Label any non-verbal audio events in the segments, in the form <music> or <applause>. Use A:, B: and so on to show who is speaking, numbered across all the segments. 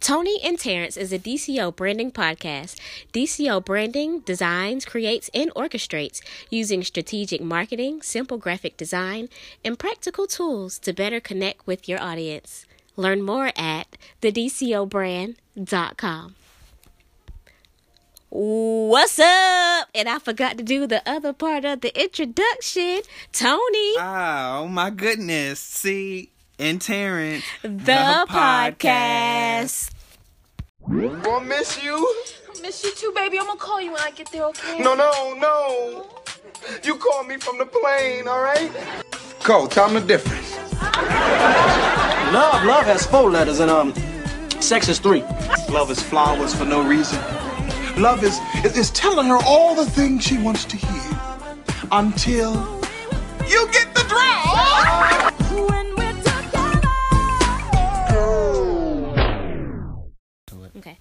A: Tony and Terrence is a DCO branding podcast. DCO branding designs, creates, and orchestrates using strategic marketing, simple graphic design, and practical tools to better connect with your audience. Learn more at thedcobrand.com. What's up? And I forgot to do the other part of the introduction. Tony,
B: Oh my goodness. See, and Terrence,
A: the, podcast.
C: Gonna miss you?
D: Miss you too, baby. I'm gonna call you when I get there, okay?
C: No, no, no. You called me from the plane, all right? Go, tell them the difference.
E: Love, love has four letters, and um, sex is three.
C: Love is flowers for no reason. Love is, is, is telling her all the things she wants to hear until you get the draw.
A: Okay.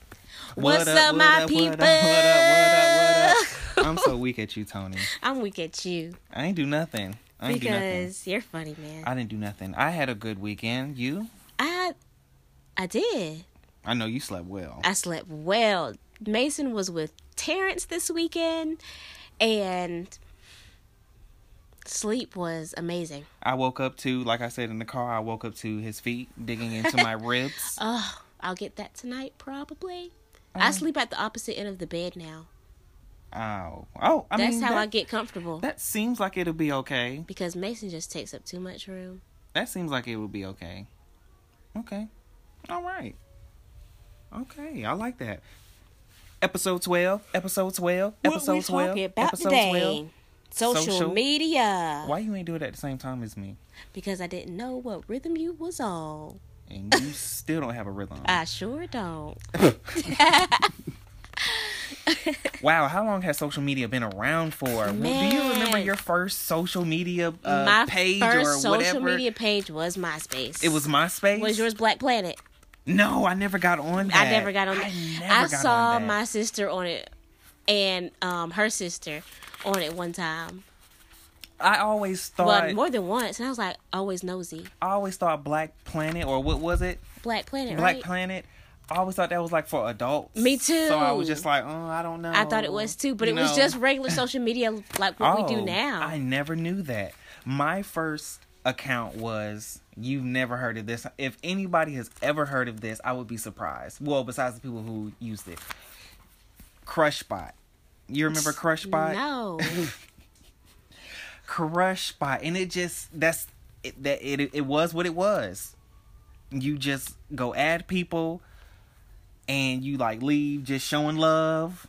B: What
A: What's up, my people?
B: What up, what up, what up? I'm so weak at you, Tony.
A: I'm weak at you
B: I ain't do nothing. I ain't do nothing.
A: because you're funny, man.
B: I didn't do nothing. I had a good weekend. You?
A: I I did.
B: I know you slept well.
A: I slept well. Mason was with Terrence this weekend and sleep was amazing.
B: I woke up to, like I said in the car, I woke up to his feet digging
A: <laughs>
B: into my ribs.
A: Oh, I'll get that tonight probably.
B: Um,
A: I sleep at the opposite end of the bed now.
B: Oh, oh, I
A: That's
B: mean,
A: how
B: that,
A: I get comfortable
B: That seems like it'll be okay.
A: because Mason just takes up too much room.
B: That seems like it would be okay. Okay. All right. Okay, I like that. Episode 12, episode 12, episode 12. episode 12.
A: Social,
B: Social-
A: media.
B: Why you ain't do it at the same time as me?
A: Because I didn't know what rhythm you was on. <laughs>
B: And you still don't have a rhythm.
A: I sure don't.
B: wow, how long has social media been around for? Do you remember
A: Man.
B: your first social media uh,
A: My
B: page
A: first
B: or
A: social
B: whatever?
A: media page was MySpace.
B: It was MySpace.
A: was yours Black Planet.
B: No, I never got on that.
A: I never got on.
B: I,
A: that.
B: never
A: I
B: got on
A: saw
B: that.
A: my sister on it, and um her sister on it one time.
B: I always thought.
A: Well, more than once, and I was like, always nosy.
B: I always thought Black Planet or what was it?
A: Black Planet,
B: Black
A: right?
B: Planet. I always thought that was like for adults.
A: Me too.
B: So I was just like, oh, I don't know.
A: I thought it was too, but
B: You
A: it was
B: know?
A: just
B: <laughs>
A: regular social media like what we do
B: Oh,
A: now.
B: I never knew that. My first account was you've never heard of this. If anybody has ever heard of this, I would be surprised. Well, besides the people who used it. Crushbot. You remember Crushbot? <laughs>
A: No,
B: Crushbot. And it just that's it, that it it was what it was. You just go add people and you like leave just showing love.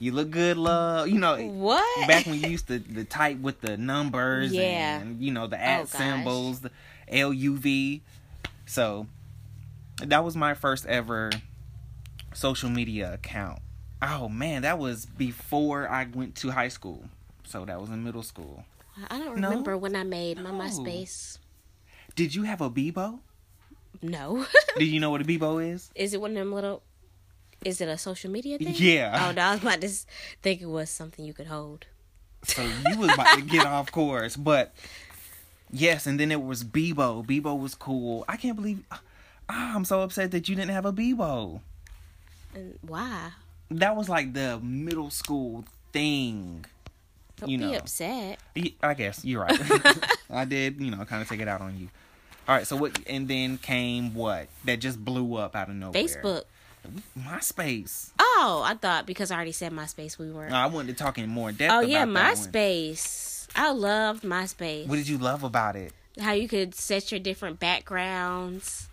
B: You look good, love. You know
A: what?
B: back when you used to the type with the numbers
A: Yeah. Oh,
B: and you know the at
A: gosh.
B: symbols, the LUV. So that was my first ever social media account. Oh man, that was before I went to high school. So that was in middle school.
A: I don't
B: No?
A: remember when I made my
B: No.
A: MySpace.
B: Did you have a Bebo?
A: No, <laughs>
B: Did you know what a Bebo is?
A: is it one of them little? Is it a social media thing?
B: Yeah.
A: Oh no, I was about to s- think it was something you could hold.
B: So you was about to get off course, but yes, and then it was Bebo. Bebo was cool. I can't believe ah, I'm so upset that you didn't have a Bebo.
A: And why?
B: that was like the middle school thing.
A: Don't
B: You
A: be
B: know.
A: upset.
B: Y- I guess you're right. I did, you know, kind of take it out on you. All right, so what? And then came what that just blew up out of nowhere.
A: Facebook.
B: MySpace.
A: Oh, I thought because I already said MySpace, we weren't.
B: No, I wanted to talk in more depth.
A: oh yeah,
B: Oh, about that one.
A: MySpace. I loved MySpace.
B: What did you love about it?
A: How you could set your different backgrounds.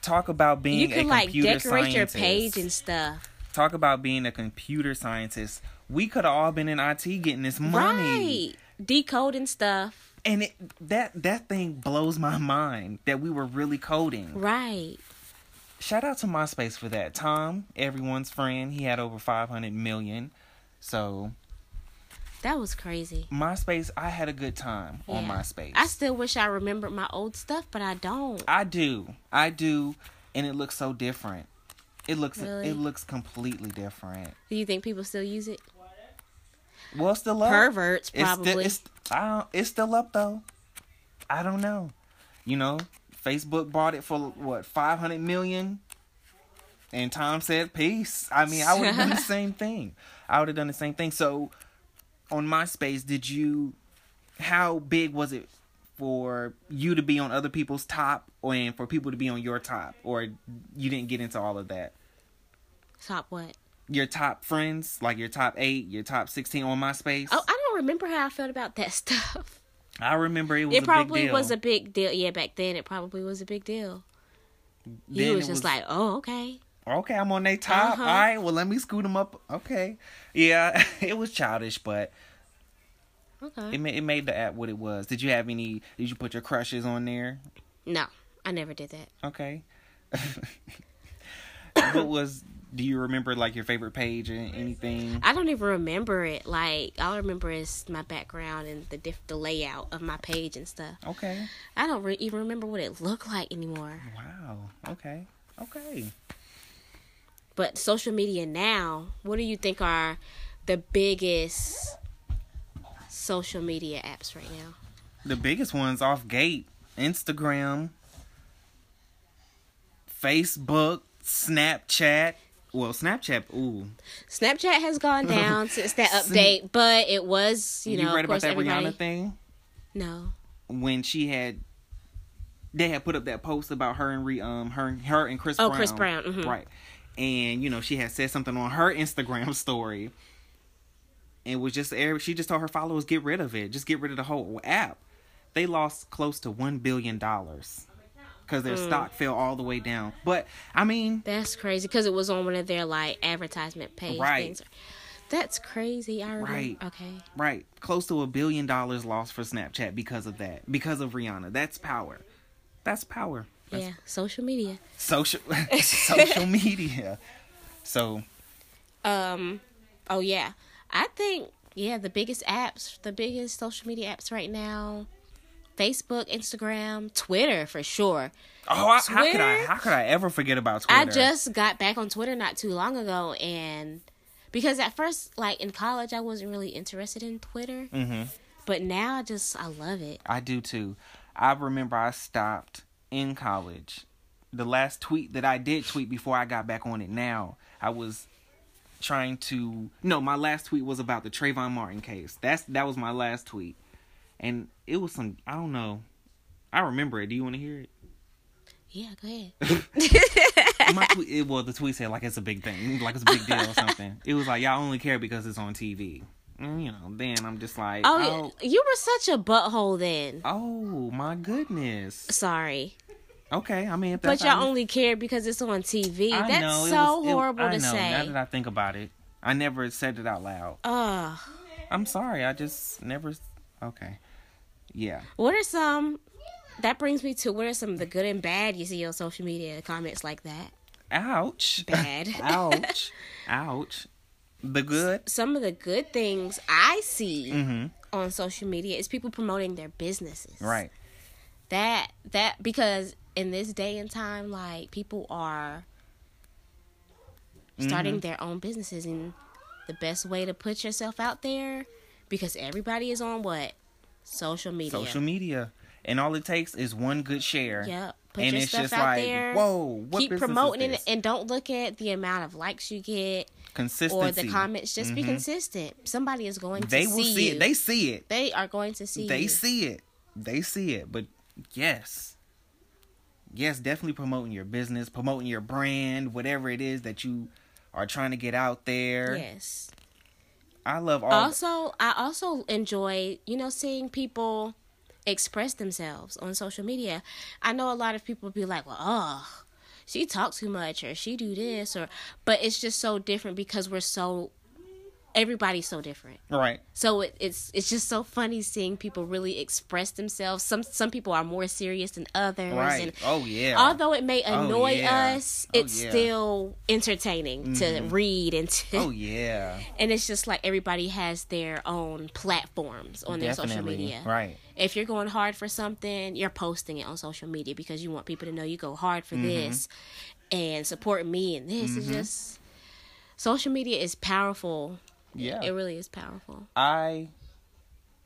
B: Talk about being
A: You
B: a
A: could like
B: computer
A: decorate your
B: scientist.
A: page and stuff.
B: Talk about being a computer scientist. We could have all been in IT getting this
A: Right.
B: money.
A: Decoding stuff.
B: And it, that that thing blows my mind that we were really coding.
A: Right.
B: shout out to MySpace for that. Tom, everyone's friend, he had over 500 million. So,
A: That was crazy. MySpace.
B: MySpace, I had a good time on
A: Yeah.
B: MySpace.
A: I still wish I remembered my old stuff, but I don't.
B: I do. I do, and it looks so different. It looks
A: Really?
B: it looks completely different.
A: Do you think people still use it?
B: Well, it's still up.
A: Perverts,
B: It's still-
A: probably.
B: It's I don't, it's still up though. I don't know. You know, Facebook bought it for what 500 million. And Tom said, peace. I mean, I would have done
A: <laughs>
B: the same thing. I would have done the same thing. So on MySpace, did you, how big was it for you to be on other people's top or and for people to be on your top? Or you didn't get into all of that?
A: Top what?
B: Your top friends, like your top eight, your top 16 on MySpace?
A: Oh, I don't remember how I felt about that <laughs> stuff.
B: I remember it was
A: It
B: a
A: probably
B: big deal.
A: was a big deal. Yeah, back then it probably was a big deal.
B: Then
A: You
B: it
A: was just like, oh, okay.
B: okay, I'm on their top.
A: Uh-huh.
B: All right, well, let me scoot them up. Okay. Yeah, <laughs> it was childish, but
A: Okay.
B: it made, it made the app what it was. Did you have any, did you put your crushes on there?
A: No, I never did that.
B: Okay. <laughs> what was, do you remember like your favorite page and anything?
A: I don't even remember it. Like all I remember is my background and the diff- the layout of my page and stuff.
B: Okay.
A: I don't re- even remember what it looked like anymore.
B: Wow. Okay. Okay.
A: But social media now, what do you think are the biggest social media apps right now?
B: The biggest ones off gate Instagram, Facebook, Snapchat. Well, Snapchat, ooh.
A: Snapchat has
B: <laughs>
A: gone down since that update, but it was you know
B: read
A: of course
B: about that
A: everybody.
B: Rihanna thing?
A: No,
B: when she had they had put up that post about her and re um her and her and Chris
A: Oh,
B: Brown.
A: Chris Brown, mhm.
B: Right. And you know, she had said something on her <laughs> Instagram story. And was just air she just told her followers get rid of it. Just get rid of the whole app. They lost close to 1 billion dollars cuz
A: Mm.
B: their stock fell all the way down. But I mean,
A: that's crazy because it was on one of their like advertisement page
B: Right.
A: things. That's crazy. I remember.
B: Right.
A: Okay.
B: right, close to a billion dollars lost for Snapchat because of that. Because of Rihanna. That's power. That's power.
A: Yeah. Social media.
B: social <laughs>
A: <laughs>
B: social media. So
A: Um. Oh yeah. I think yeah the biggest apps, the biggest social media apps right now, Facebook, Instagram, Twitter for sure.
B: oh, I, how could I
A: Twitter?
B: how could I ever forget about Twitter?
A: I just got back on Twitter not too long ago, and because at first, like in college, I wasn't really interested in Twitter, mm-hmm. but now I just I love it.
B: I do too. I remember I stopped in college. The last tweet that I did tweet before I got back on it now, I was trying to no, my last tweet was about the Trayvon Martin case. That's that was my last tweet. And it was some I don't know. I remember it. Do you want to hear it?
A: Yeah, go
B: <laughs>
A: ahead.
B: Oh. my tweet, it, well, the tweet said like it's a big thing, like it's a big
A: <laughs>
B: deal or something. It was like y'all only care because it's on TV. And, you know, then I'm just like,
A: Oh,
B: oh,
A: you were such a butthole then.
B: oh my goodness.
A: Sorry,
B: Okay, I mean, if
A: but
B: that's
A: y'all
B: how you-
A: only cared because it's on TV.
B: I
A: That's
B: know, it
A: so
B: was- it-
A: horrible
B: I
A: to
B: know, Now that
A: say.
B: I think about it, I never said it out loud.
A: Ugh.
B: I'm sorry, I just never. Okay, yeah.
A: What are some? That brings me to what are some of the good and bad you see on social media comments like that? <laughs>
B: Ouch. <laughs>
A: Bad.
B: Ouch. Ouch. The good.
A: some of the good things I see
B: Mm-hmm.
A: on social media is people promoting their businesses.
B: Right.
A: That that because in this day and time, like people are
B: Mm-hmm.
A: starting their own businesses, and the best way to put yourself out there because everybody is on what social media.
B: social media, and all it takes is one good share.
A: Yep. Put
B: and
A: your
B: it's
A: stuff
B: just
A: out
B: like,
A: there.
B: whoa, what
A: Keep
B: business is
A: promoting it
B: this?
A: and don't look at the amount of likes you get
B: consistency. Mm-hmm.
A: or the comments. Just be consistent. Somebody is going
B: They
A: to
B: will
A: see,
B: see
A: you.
B: it. They see it.
A: They are going to see
B: They
A: you.
B: see it. They see it. But yes, yes, definitely promoting your business, promoting your brand, whatever it is that you are trying to get out there.
A: Yes.
B: I love all.
A: also, I also enjoy, you know, seeing people express themselves on social media. I know a lot of people be like, "Well, oh, she talks too much or she do this or but it's just so different because we're so everybody's so different.
B: right.
A: So it, it's it's just so funny seeing people really express themselves. Some some people are more serious than others
B: Right.
A: and
B: oh yeah. Oh,
A: although it may annoy
B: yeah.
A: us,
B: Oh,
A: it's
B: yeah. Mm-hmm.
A: still entertaining to read and to
B: oh yeah.
A: and it's just like everybody has their own platforms on their social
B: Definitely.
A: media.
B: Right.
A: If you're going hard for something, you're posting it on social media because you want people to know you go hard
B: Mm-hmm.
A: for this and support me and this. It's just social media is powerful.
B: Yeah.
A: It really is powerful.
B: I.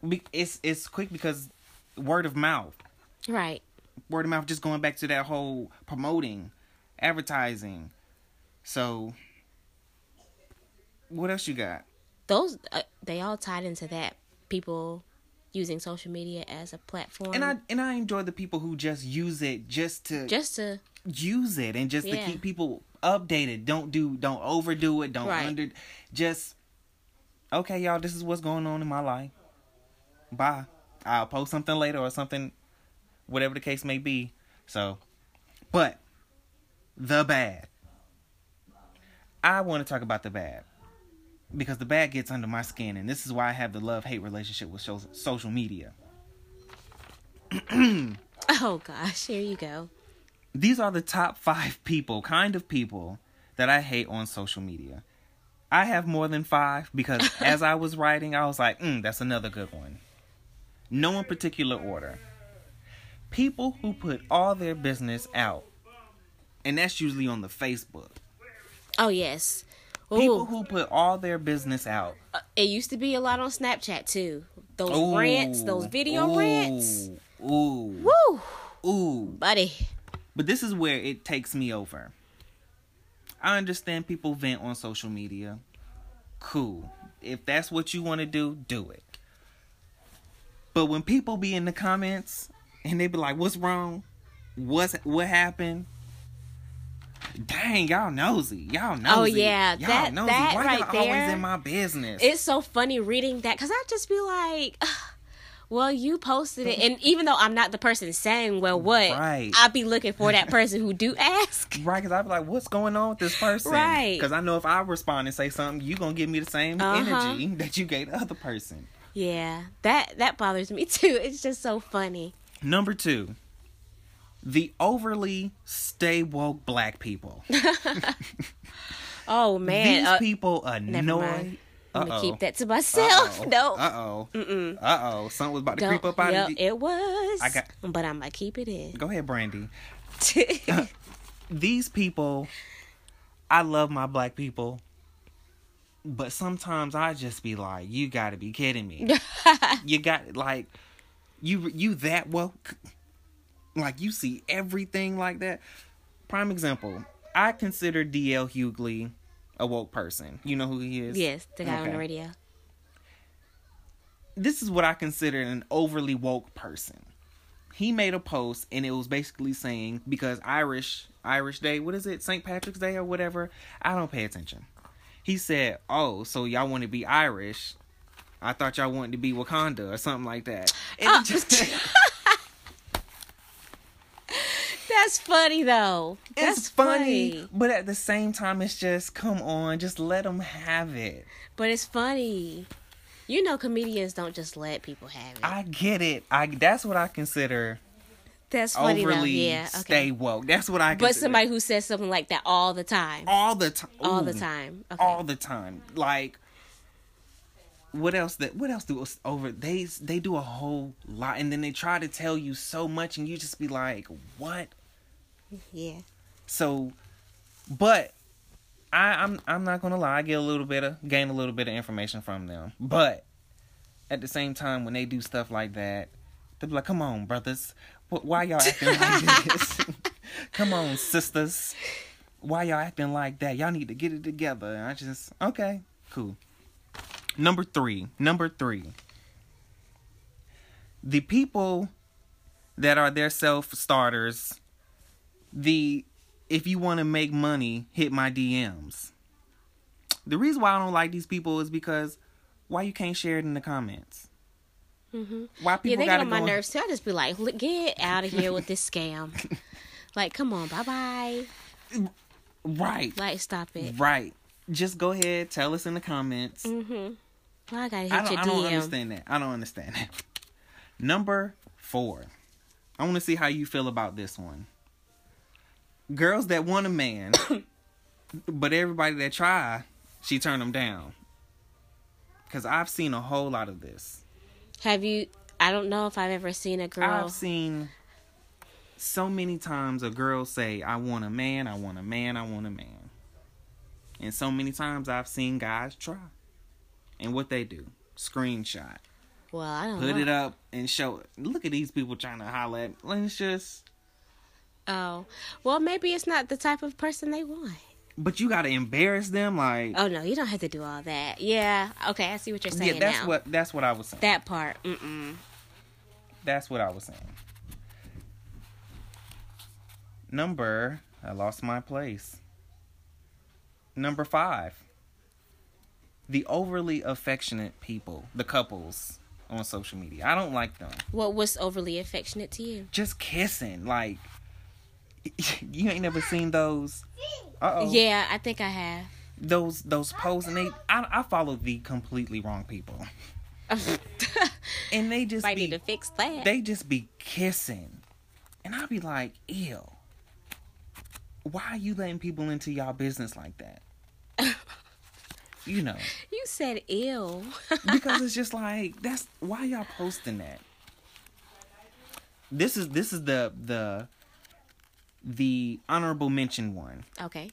B: be- It's it's quick because word of mouth.
A: Right.
B: word of mouth just going back to that whole promoting advertising So, what else you got?
A: Those uh, they all tied into that people using social media as a platform
B: And I and I enjoy the people who just use it just to
A: just to
B: use it and just
A: Yeah.
B: to keep people updated. Don't do don't overdo it. Don't
A: Right.
B: under just okay, y'all, this is what's going on in my life. Bye. I'll post something later or something whatever the case may be. So but the bad. I want to talk about the bad. Because the bad gets under my skin and this is why I have the love hate relationship with so- social media.
A: oh gosh here you go
B: These are the top five people, kind of people, that I hate on social media. I have more than five
A: <laughs>
B: because as I was writing, I was like, mm, that's another good one. No in particular order. People who put all their business out, and that's usually on the Facebook.
A: oh yes
B: People
A: Ooh.
B: who put all their business out.
A: Uh, it used to be a lot on Snapchat too. Those rants, those video
B: Ooh.
A: rants.
B: Ooh.
A: Woo,
B: Ooh.
A: buddy.
B: But this is where it takes me over. I understand people vent on social media. Cool. If that's what you want to do, do it. But when people be in the comments and they be like, "What's wrong? What's what happened?" Dang, y'all nosy. Y'all nosy.
A: Oh, yeah.
B: y'all
A: That-
B: nosy.
A: that
B: Why
A: right
B: y'all
A: there-
B: always in my business?
A: It's so funny reading that because I just be like, "Ugh, well, you posted it. And even though I'm not the person saying, well, what,
B: Right.
A: i be looking for that person who do ask.
B: Right, because I'd be like, what's going on with this person?
A: Right.
B: Because I know if I respond and say something, you're going to give me the same
A: Uh-huh.
B: energy that you gave the other person.
A: Yeah, that that bothers me too. It's just so funny.
B: Number two, the overly stay woke
A: <laughs>
B: black people.
A: Oh man,
B: These
A: uh,
B: people
A: never mind.
B: annoy.
A: I'm gonna
B: Uh-oh.
A: keep that to myself. <laughs> No,
B: Uh oh. Uh oh. Something was about to
A: don't.
B: creep up out
A: Yep,
B: of you.
A: it was.
B: I got-
A: but I'm gonna keep it
B: <laughs>
A: in.
B: Go ahead, Brandy. These people, I love my black people, but sometimes I just be like, you got to be kidding me. you got like, you you that woke, like you see everything like that. Prime example, I consider DL Hughley a woke person. You know who he is?
A: yes, the guy on
B: Okay.
A: the radio.
B: this is what I consider an overly woke person. He made a post and it was basically saying because Irish Irish Day, what is it? St. Patrick's Day or whatever. I don't pay attention. He said, "Oh, so y'all want to be Irish? I thought y'all wanted to be Wakanda or something like that." And
A: Ah.
B: it just- <laughs>
A: That's funny though. <laughs> That's
B: it's funny, but at the same time, it's just come on, just let them have it.
A: But it's funny. You know, comedians don't just let people have it.
B: I get it. I that's what I consider
A: That's funny though.
B: overly
A: Yeah. Okay.
B: stay woke. That's what I consider.
A: but somebody who says something like that all the time,
B: all the time,
A: all the time. Okay.
B: all the time. Like what else that what else do us over they they do a whole lot and then they try to tell you so much and you just be like, "What?"
A: yeah.
B: So but I I'm I'm not going to lie, I get a little bit of gain a little bit of information from them. But at the same time when they do stuff like that, they be like, "Come on, brothers. Wh- Why y'all acting like this? Come on, sisters." why y'all acting like that? Y'all need to get it together. And I just okay, cool. Number three, number three. The people that are their self starters, the if you want to make money, hit my DMs. The reason why I don't like these people is because why you can't share it in the comments. Why people
A: Mm-hmm. yeah, they get
B: gotta
A: on my
B: go in-
A: nerves. too. I just be like, "Look, get out of here with this scam.
B: <laughs>
A: like, come on, bye bye.
B: Right,
A: Like, stop it.
B: right. Just go ahead, tell us in the comments.
A: Mm-hmm. Why I gotta hit
B: I don't,
A: your
B: I
A: DM.
B: don't understand that. I don't understand that. <laughs> Number four. I want to see how you feel about this one. Girls that want a man, <coughs> but everybody that try, she turn them down. Cause I've seen a whole lot of this.
A: Have you? I don't know if I've ever seen a girl.
B: I've seen so many times a girl say, "I want a man, I want a man, I want a man," and so many times I've seen guys try, and what they do, screenshot.
A: well, I don't
B: put
A: know.
B: it up and show it. Look at these people trying to holler at. Let's just
A: Oh, well, maybe it's not the type of person they want.
B: But you gotta embarrass them, like
A: Oh no, you don't have to do all that. Yeah. Okay, I see what you're saying
B: yeah. That's
A: now.
B: what that's what I was saying.
A: that part. Mm-mm.
B: That's what I was saying. Number, I lost my place. Number five, the overly affectionate people, the couples on social media. I don't like them.
A: What was overly affectionate to you?
B: Just kissing, like <laughs> you ain't never seen those. Uh oh.
A: Yeah, I think I have.
B: Those those posts, and they I, I follow the completely
A: <laughs>
B: wrong people, and they just
A: I
B: be
A: need to fix that.
B: they just be kissing. And I'll be like, ew. Why are you letting people into y'all business like that?
A: <laughs>
B: you know,
A: you said ill. <laughs>
B: because it's just like that's why y'all posting that. This is this is the the the honorable mention one. <laughs>
A: okay.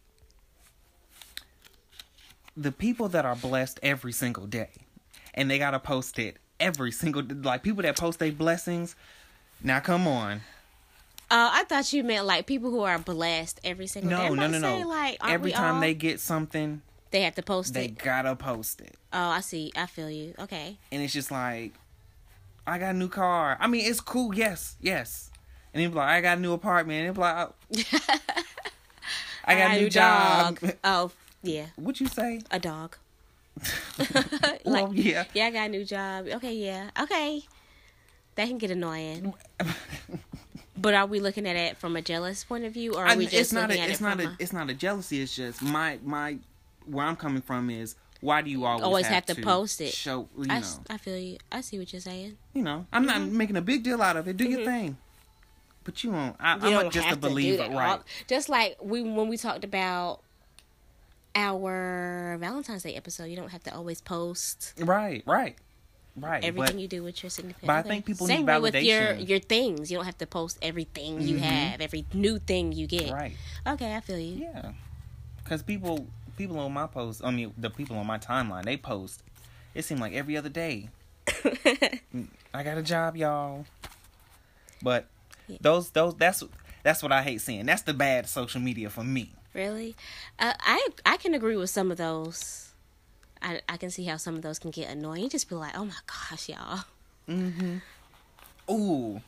B: The people that are blessed every single day and they got to post it every single like people that post their blessings. Now come on.
A: Uh, I thought you meant like people who are blessed every single day.
B: No,
A: I'm
B: no,
A: about
B: no,
A: to
B: no.
A: say, Like aren't
B: every
A: we
B: time
A: all?
B: they get something,
A: they have to post
B: they
A: it.
B: gotta post it.
A: Oh, I see. I feel you. Okay.
B: And it's just like, I got a new car. I mean, it's cool. Yes, yes. And he'd be like, I got a new apartment. And he'd be
A: <laughs>
B: like, I got a new job.
A: dog. oh, yeah,
B: <laughs> What'd you say?
A: a
B: <laughs>
A: dog. <laughs>
B: well, yeah.
A: Yeah, I got a new job. Okay, yeah. Okay. That can get
B: <laughs>
A: annoying. but are we looking at it from a jealous point of view or are
B: I
A: we
B: mean,
A: just
B: it's not
A: looking
B: a,
A: at
B: it's
A: it
B: not
A: from
B: a, it's not a jealousy. It's just my, my, where I'm coming from is, why do you always,
A: Always have to post it.
B: Show,
A: I
B: you know,
A: s- Mm-hmm. I feel you. I see what you're saying.
B: you know. I'm not making a big deal out of it. Do your thing. But you won't. I,
A: Mm-hmm. You
B: I'm
A: don't
B: just a
A: have to do
B: believer,
A: that.
B: right?
A: All- Just like we when we talked about our Valentine's Day episode, you don't have to always post
B: Right, right, right.
A: everything
B: but
A: you do with your significant
B: but I
A: other.
B: think people
A: Same
B: need
A: way with your
B: validation. Mm-hmm.
A: your things. You don't have to post everything you have, every new thing you get.
B: right,
A: Okay, I feel you.
B: yeah. Because people, people on my post, I mean, the people on my timeline, they post. It seemed like every
A: <laughs>
B: other day. I got a job, y'all. But those, those, that's that's what I hate seeing. That's the bad social media for me.
A: Really, uh, I I can agree with some of those. I I can see how some of those can get annoying. You just be like, oh my gosh, y'all.
B: Ooh.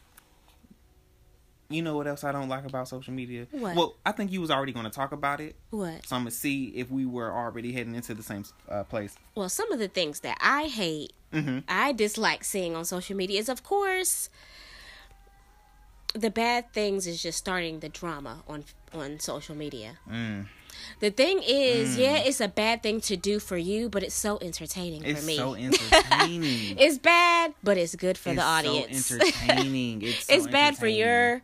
B: You know what else I don't like about social media?
A: What?
B: Well, I think you was already going to talk about it,
A: What?
B: so I'm gonna see if we were already heading into the same uh, place.
A: Well, some of the things that I hate,
B: Mm-hmm.
A: I dislike seeing on social media is, of course, the bad things is just starting the drama on on social media.
B: Mm.
A: The thing is, yeah, it's a bad thing to do for you, but it's so entertaining
B: It's
A: for me. <laughs>
B: so entertaining.
A: it's bad, but it's good for
B: it's
A: the audience. <laughs>
B: So entertaining. It's, so
A: it's bad for
B: entertaining.
A: your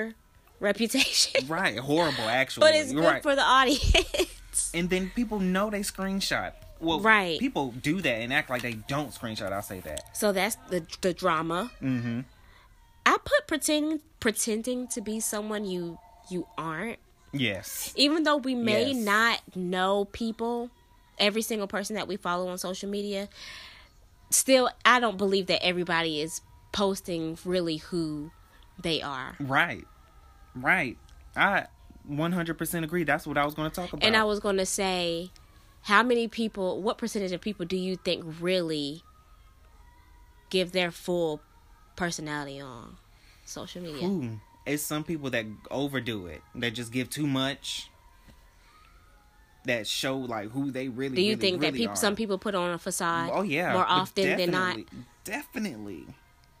A: your reputation,
B: <laughs> right. Horrible, actually.
A: but it's
B: You're
A: good
B: right.
A: for the audience. <laughs>
B: and then people know they screenshot. Well,
A: Right.
B: People do that and act like they don't screenshot. I'll say that.
A: so that's the the drama. Mm-hmm. I put pretending pretending to be someone you you aren't,
B: Yes.
A: even though we may
B: Yes.
A: not know people, every single person that we follow on social media. Still, I don't believe that everybody is posting really who they are.
B: Right. Right. I 100% agree. That's what I was going to talk about.
A: And I was going to say, how many people, what percentage of people do you think really give their full personality on social media?
B: Ooh, it's some people that overdo it. That just give too much. That show like who they really.
A: do you
B: really,
A: think that
B: really
A: people,
B: are.
A: some people put on a facade
B: Oh yeah.
A: more
B: but
A: often than not?
B: Definitely.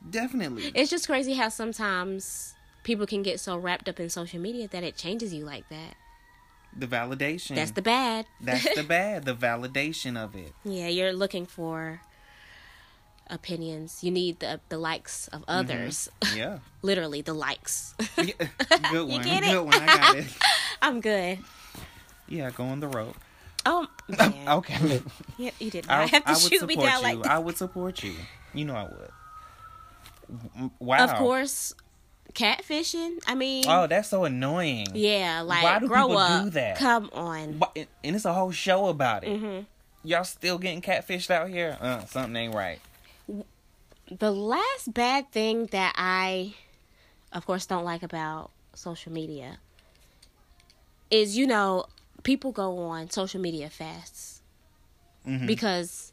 B: Definitely.
A: It's just crazy how sometimes people can get so wrapped up in social media that it changes you like that.
B: the validation.
A: That's the bad.
B: Mm. <laughs> That's the bad, the validation of it.
A: <laughs> Yeah, you're looking for opinions. You need the the likes of others.
B: Mm-hmm. Yeah.
A: <laughs> Literally, the likes. <laughs>
B: Good one.
A: get it?
B: Good one. I got it.
A: <laughs> I'm good.
B: Yeah, go on the road. <laughs>
A: Oh, man.
B: Okay.
A: Yeah, you did not
B: I,
A: have to
B: I would
A: shoot
B: support
A: me down
B: you.
A: like that.
B: I would support you. You know I would. M- Wow.
A: Of course, catfishing. I mean,
B: Oh, that's so annoying.
A: yeah, like
B: Why do
A: grow
B: people
A: up.
B: do that?
A: Come on.
B: Why- and- And it's a whole show about it.
A: Mm-hmm.
B: Y'all still getting catfished out here? Uh, something ain't right.
A: The last bad thing that I, of course, don't like about social media is you know people go on social media fasts
B: Mm-hmm.
A: because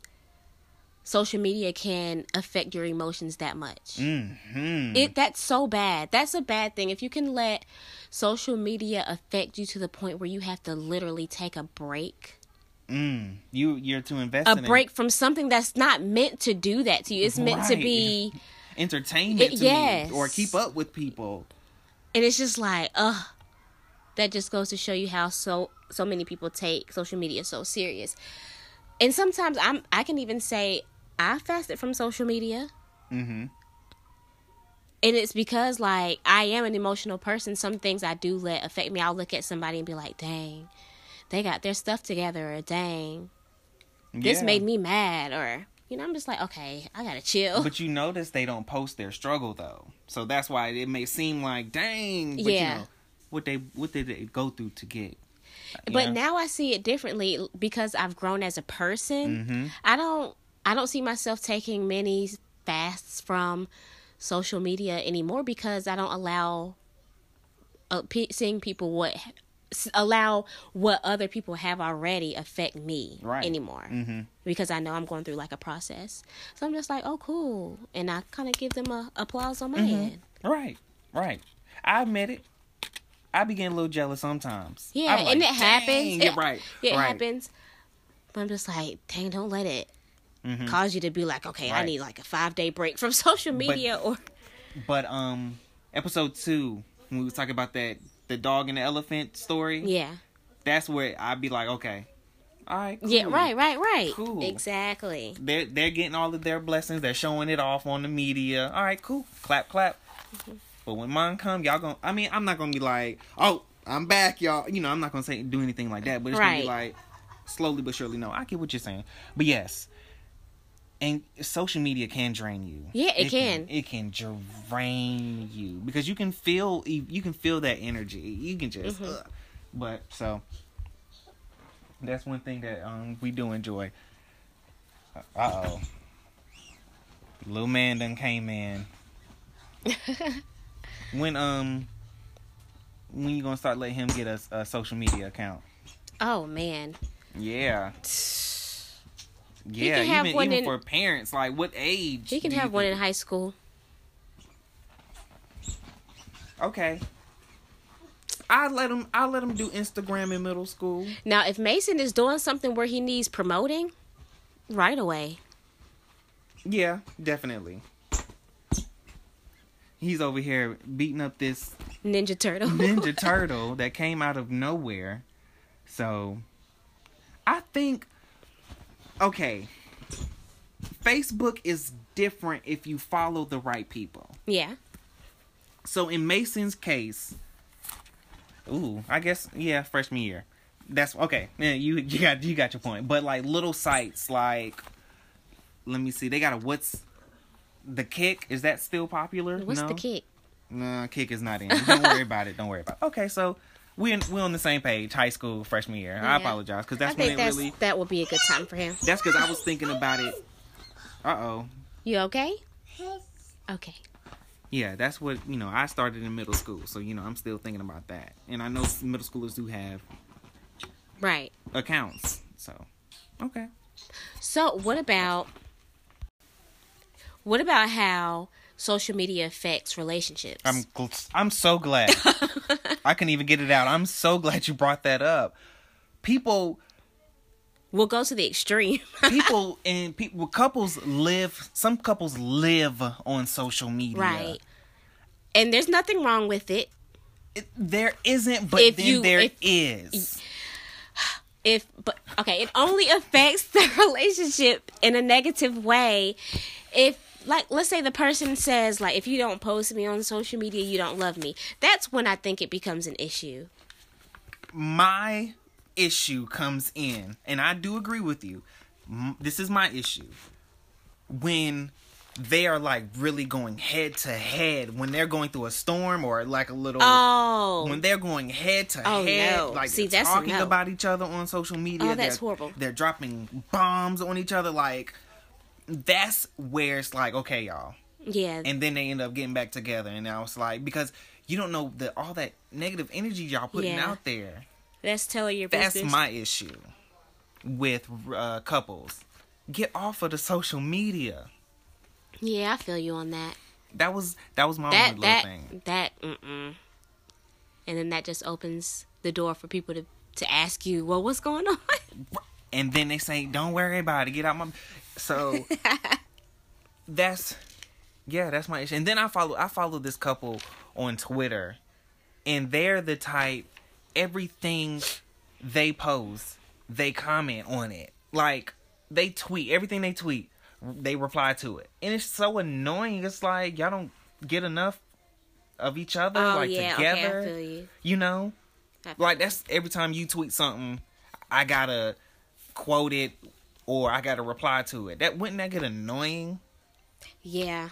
A: social media can affect your emotions that much.
B: Mm-hmm.
A: It that's so bad. That's a bad thing. If you can let social media affect you to the point where you have to literally take a break.
B: Mm, you you're too invested.
A: A break from something that's not meant to do that to you. It's meant to
B: Right.
A: be
B: in entertainment,
A: It-
B: to me,
A: yes.
B: or keep up with people.
A: and it's just like ugh that just goes to show you how so so many people take social media so serious and sometimes i'm i can even say i fasted from social media
B: Mhm.
A: and it's because like i am an emotional person some things i do let affect me i'll look at somebody and be like dang they got their stuff together or dang this
B: Yeah.
A: made me mad or you know i'm just like okay i gotta chill <laughs>
B: But you notice they don't post their struggle though, so that's why it may seem like dang. But
A: Yeah.
B: You know, what they what did they go through to get? you
A: but
B: know?
A: now I see it differently because I've grown as a person. I don't I don't see myself taking many fasts from social media anymore because I don't allow uh, pe- seeing people what s- allow what other people have already affect me
B: Right.
A: anymore because I know I'm going through like a process. So I'm just like, oh, cool, and I kind of give them a applause on my end.
B: Right, right. I admit it. I be getting a little jealous sometimes.
A: Yeah,
B: I'm like,
A: and it happens. <laughs>
B: "Dang, Yeah, right.
A: It
B: right.
A: happens. But I'm just like, dang, don't let it cause you to be like, okay, I
B: Mm-hmm. Right.
A: need like a five day break from <laughs> social media
B: <laughs>
A: or
B: But um, episode two when we was talking about that the dog and the elephant story.
A: yeah,
B: That's where I'd be like, okay, all right, cool.
A: yeah, right, right, right,
B: Cool.
A: exactly.
B: They're they're getting all of their blessings. They're showing it off on the media. All right, cool. Clap, clap. But when mine come, y'all gonna. I mean, I'm not gonna be like, oh, I'm back, y'all. You know, I'm not gonna say do anything like that. But it's gonna be
A: Right.
B: like slowly but surely. No, I get what you're saying. But yes, and social media can drain you.
A: Yeah, it can.
B: It can drain you because you can feel e, you can feel that energy. You can just.
A: Mm-hmm.
B: ugh. But so that's one thing that um we do enjoy. Uh oh. Little man done
A: <laughs>
B: came in. when um when you gonna start letting him get a, a social media account?
A: Oh man,
B: Yeah. Yeah,
A: can have
B: even,
A: one
B: even
A: in-
B: for parents, like what age?
A: he can
B: do you
A: have one in
B: think-
A: high school.
B: Okay. I let him. I let him do Instagram in middle school.
A: Now, if Mason is doing something where he needs promoting, right away.
B: Yeah, definitely. He's over here beating up this
A: Ninja Turtle.
B: Ninja Turtle that came out of nowhere. So I think okay. Facebook is different if you follow the right people.
A: <laughs> yeah.
B: So in Mason's case, ooh, I guess yeah, freshman year. That's okay. Yeah, you you got you got your point. But like little sites like let me see, they got a what's the kick? Is that still popular?
A: What's
B: no?
A: the kick?
B: Nah, kick is not in. Don't worry about it. Don't worry about it. Okay, so we we on the same page. High school freshman year. I
A: Yeah.
B: apologize because
A: I
B: that's when
A: think
B: it
A: that's
B: really.
A: that would be a good time for him.
B: That's because I was thinking about it. Uh oh.
A: You okay? Okay.
B: Yeah, that's what you know. I started in middle school, so you know I'm still thinking about that. And I know middle schoolers do have
A: Right.
B: accounts. So, okay.
A: So what about what about how social media affects relationships?
B: I'm gl- I'm
A: <laughs>
B: so glad. I couldn't even get it out. I'm so glad you brought that up. People
A: we'll go to the extreme. <laughs>
B: people and people couples live some couples live on social media.
A: right. And there's nothing wrong with it.
B: It- there isn't, but
A: If
B: then
A: you-
B: there is.
A: if- If but okay, it only affects <laughs> the relationship in a negative way if like let's say the person says like if you don't post me on social media you don't love me that's when i think it becomes an issue
B: My issue comes in, and I do agree with you. M- This is my issue. When they are like really going head to head, when they're going through a storm or like a little.
A: oh
B: when they're going head to
A: Oh,
B: head,
A: no.
B: like
A: See,
B: they're
A: that's a
B: talking
A: no.
B: about each other on social media.
A: Oh, that's
B: they're-
A: horrible.
B: They're dropping bombs on each other. Like that's where it's like, okay, y'all.
A: yeah
B: And then they end up getting back together, and I was like, because you don't know the all that negative energy y'all putting
A: Yeah.
B: out there.
A: That's telling your
B: That's
A: business.
B: my issue with uh, couples. Get off of the social media.
A: yeah, I feel you on that.
B: That was that was my
A: That
B: only little
A: that
B: thing.
A: that. Mm-mm. And then that just opens the door for people to to ask you, well, what's going on?
B: And then they say, "Don't worry about it. Get out my."
A: <laughs>
B: So that's yeah, that's my issue. And then I follow I follow this couple on Twitter, and they're the type everything they post, they comment on it. Like they tweet everything they tweet, they reply to it, and it's so annoying. It's like y'all don't get enough of each other,
A: Oh,
B: like
A: yeah, okay, I
B: together.
A: feel you.
B: you know,
A: I feel
B: like that's every time you tweet something, I gotta quote it or I gotta reply to it. That wouldn't that get annoying?
A: Yeah.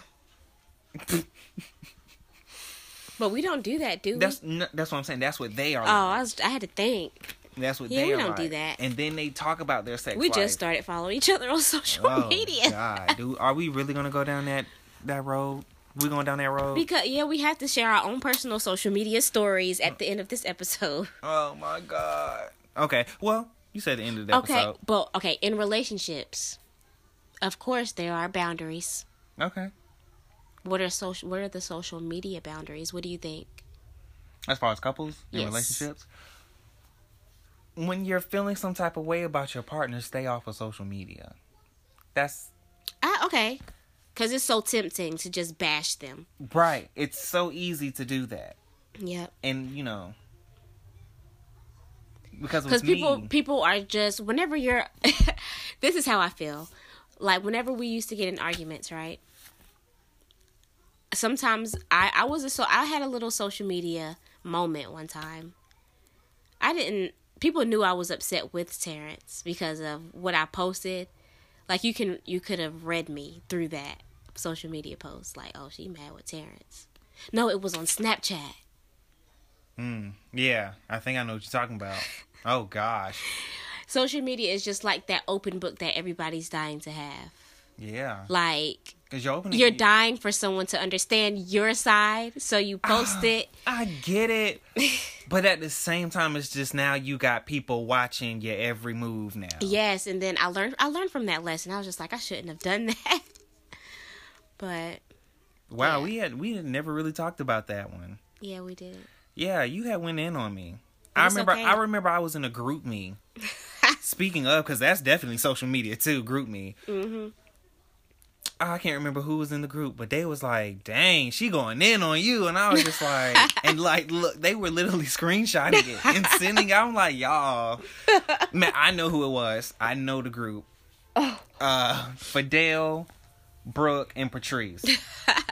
A: but we don't do that, do we?
B: That's n- that's what I'm saying. That's what they are.
A: Mm-hmm. oh, I was I had to think.
B: that's what
A: yeah,
B: they
A: we
B: are.
A: don't do
B: like.
A: that.
B: And then they talk about their sex.
A: We
B: life.
A: just started following each other on <laughs> social
B: Oh,
A: media.
B: God, dude, are we really gonna go down that that road? We going down that road?
A: Because yeah, we have to share our own personal social media stories at the end of this episode.
B: oh my God. Okay. Well, you said the end of the
A: Okay,
B: episode.
A: but okay, in relationships, of course there are boundaries.
B: Okay.
A: What are social? What are the social media boundaries? What do you think?
B: As far as couples and
A: Yes.
B: relationships. When you're feeling some type of way about your partner, stay off of social media. That's
A: Ah, okay, because it's so tempting to just bash them.
B: Right. It's so easy to do that.
A: Yep.
B: And, you know, because
A: because
B: with
A: people
B: me,
A: people are just whenever you're <laughs> this is how i feel like whenever we used to get in arguments right sometimes i i was a so i had a little social media moment one time i didn't people knew i was upset with terrence because of what i posted like you can you could have read me through that social media post like oh she mad with terrence no it was on snapchat
B: yeah, I think I know what you're talking about. Oh, gosh.
A: social media is just like that open book that everybody's dying to have
B: Yeah.
A: like
B: Because you're opening
A: you're dying for someone to understand your side so you
B: Ah.
A: post it
B: I get it.
A: <laughs>
B: but at the same time, it's just now you got people watching your every move now.
A: yes and then i learned i learned from that lesson i was just like i shouldn't have done <laughs> that but
B: Wow,
A: Yeah.
B: we had we had never really talked about that one.
A: yeah we did
B: Yeah, you had went in on me. I
A: It's
B: remember.
A: okay.
B: I remember. I was in a group me. Speaking of, because that's definitely social media too. Group me. Mm-hmm. I can't remember who was in the group, but they was like, "Dang, she going in on you," and I was just like, and like, look, they were literally <laughs> screenshotting it and sending. it. I'm like, y'all, man, I know who it was. I know the group. Uh, Fidel, Brooke, and Patrice.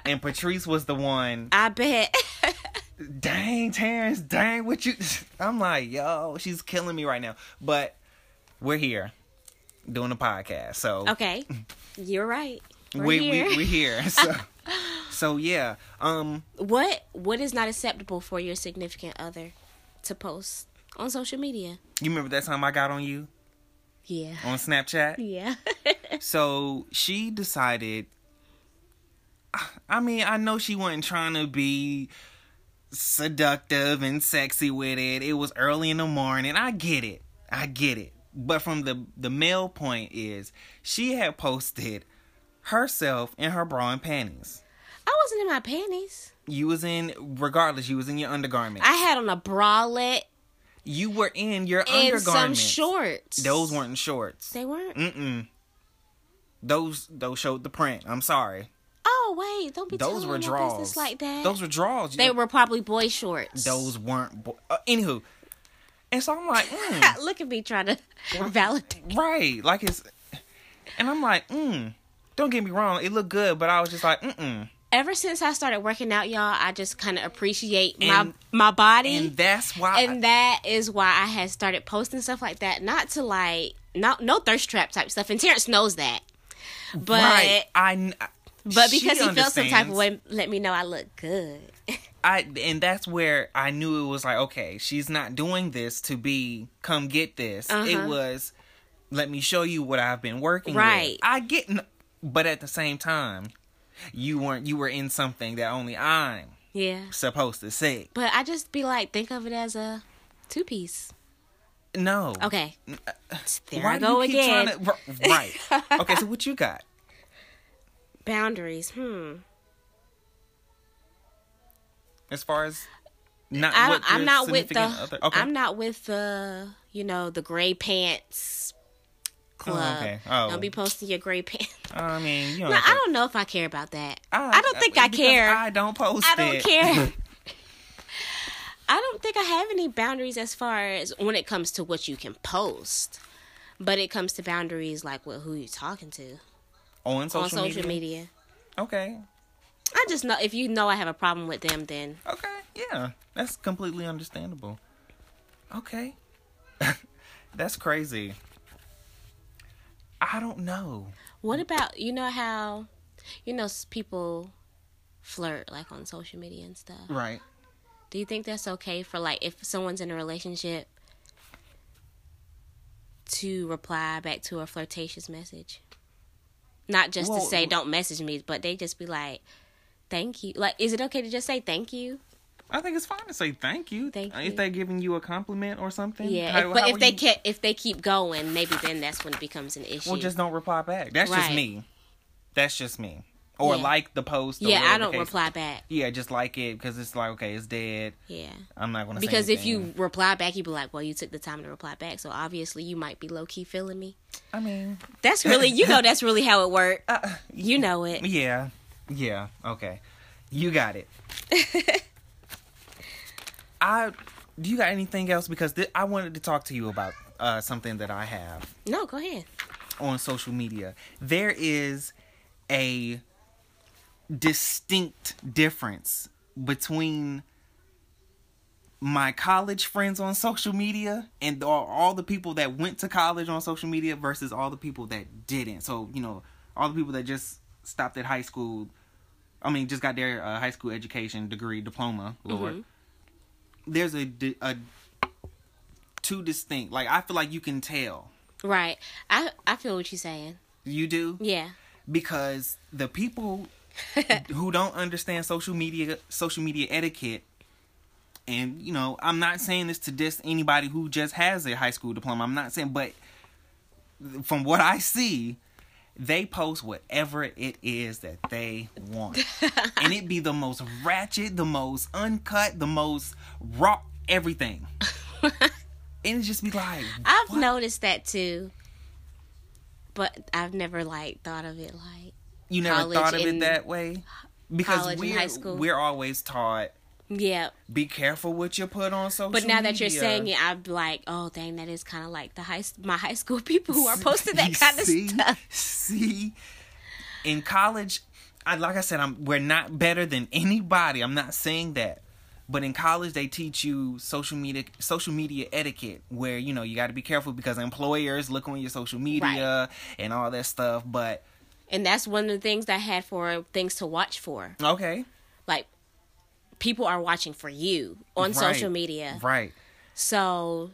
B: and Patrice was the one
A: i bet <laughs>
B: dang Terrence, dang what you <laughs> I'm like, yo, she's killing me right now. But we're here doing a podcast. So
A: okay you're right we're
B: we,
A: here.
B: we we're here. <laughs> So so yeah. Um
A: <laughs> what what is not acceptable for your significant other to post on social media
B: you remember that time I got on you
A: yeah
B: on Snapchat?
A: yeah <laughs>
B: So she decided I mean, I know she wasn't trying to be seductive and sexy with it. It was early in the morning. I get it. I get it. But from the the male point is she had posted herself in her bra and panties.
A: i wasn't in my panties
B: You was in regardless, you was in your undergarment.
A: i had on a bralette
B: you were in your
A: and some
B: undergarments.
A: shorts
B: Those weren't shorts.
A: they weren't
B: Mm-mm. Those those showed the print. I'm sorry.
A: Oh wait, don't be
B: Those
A: telling
B: were
A: my
B: draws.
A: business like that.
B: Those were draws.
A: they were probably boy shorts.
B: those weren't. Bo- uh, anywho, and so I'm
A: <laughs>
B: like, mm,
A: Look at me trying
B: <laughs>
A: to validate.
B: right, like it's, and I'm like, mm, don't get me wrong, it looked good, but I was just like, mm mm,
A: Ever since I started working out, y'all, I just kind of appreciate my
B: And-
A: my body,
B: and that's why.
A: and that is why I had started posting stuff like that. Not to like, not no thirst trap type stuff, and Terrence knows that. But
B: right, I. kn-
A: but
B: she
A: because he felt some type of way,
B: understands.
A: let me know I look good. <laughs>
B: I and that's where I knew it was like, okay, she's not doing this to be come get this. It
A: Uh-huh.
B: was let me show you what I've been working with.
A: Right.
B: I get n- but at the same time, you weren't you were in something that only I'm
A: yeah,
B: supposed to see.
A: but I just be like, think of it as a two piece.
B: No.
A: Okay. There
B: uh, Why
A: I
B: do
A: go
B: you keep
A: again.
B: trying to- r- right. okay, so what you got?
A: Boundaries. Hmm.
B: As far as not
A: I
B: what
A: don't, I'm
B: your
A: not with the.
B: significant Other, okay.
A: I'm not with the. You know the gray pants club.
B: okay. Oh.
A: Don't be posting your gray pants.
B: I mean, you don't
A: No,
B: have to-
A: I don't know if I care about that. I, don't think I,
B: because
A: care.
B: I don't post
A: I don't
B: it. <laughs>
A: care. I don't think I have any boundaries as far as when it comes to what you can post, but it comes to boundaries like with who you're talking to
B: On social,
A: on social media.
B: Okay.
A: I just know if you know I have a problem with them, then
B: Okay. Yeah. That's completely understandable. Okay. <laughs> That's crazy. I don't know.
A: what about you know how you know s- people flirt like on social media and stuff?
B: Right.
A: Do you think that's okay for like if someone's in a relationship to reply back to a flirtatious message? Not just
B: Well,
A: to say don't message me, but they just be like, "Thank you." Like, is it okay to just say thank you?
B: I think it's fine to say thank you. Uh,
A: Thank
B: if
A: you.
B: they're giving you a compliment or something.
A: Yeah,
B: how-
A: if, but
B: how
A: if
B: would
A: they
B: you-
A: can if they keep going, maybe then that's when it becomes an issue.
B: well, just don't reply back. That's just
A: Right.
B: me. That's just me. Or
A: Yeah.
B: like the post. Or
A: yeah,
B: whatever
A: I
B: the
A: don't
B: case-
A: reply back.
B: Yeah, just like it because it's like okay, it's dead.
A: Yeah.
B: I'm not gonna. say
A: Because if
B: anything.
A: you reply back, you'd be like, "Well, you took the time to reply back, so obviously you might be low key feeling me."
B: I mean, <laughs>
A: That's really, you know, that's really how it worked.
B: Uh,
A: you know it.
B: yeah, yeah, okay, you got
A: <laughs>
B: it. I, do you got anything else? Because thi- I wanted to talk to you about uh, something that I have.
A: No, go ahead.
B: on social media, there is a distinct difference between my college friends on social media and all, all the people that went to college on social media versus all the people that didn't. So, you know, all the people that just stopped at high school, I mean, just got their uh, high school education degree, diploma, Lord. There's a, di- a two distinct, like, I feel like you can tell.
A: Right. I I feel what you're saying.
B: You do?
A: Yeah.
B: because
A: <laughs>
B: the people who don't understand social media social media etiquette and you know i'm not saying this to diss anybody who just has a high school diploma i'm not saying but from what i see they post whatever it is that they
A: <laughs>
B: want and it be the most ratchet the most uncut the most raw everything and it just be like
A: I've
B: what?
A: noticed that too. But I've never like thought of it like
B: you never
A: college
B: thought of it
A: and-
B: that way because
A: college and
B: we're,
A: high school.
B: we're always taught
A: yeah.
B: be careful what you put on social
A: But
B: media.
A: now that you're saying
B: <laughs>
A: it, I'm like, oh dang, that is kind of like the high my high school <laughs> people
B: <laughs>
A: who are posting that
B: You
A: kind of
B: see?
A: stuff.
B: <laughs> See, in college, I like I said, I'm we're not better than anybody. I'm not saying that, but in college they teach you social media social media etiquette, where you know you got to be careful because employers look on your social media and all that stuff. But
A: And that's one of the things I had for things to watch for.
B: okay,
A: Like people are watching for you on
B: Right.
A: social media.
B: right?
A: So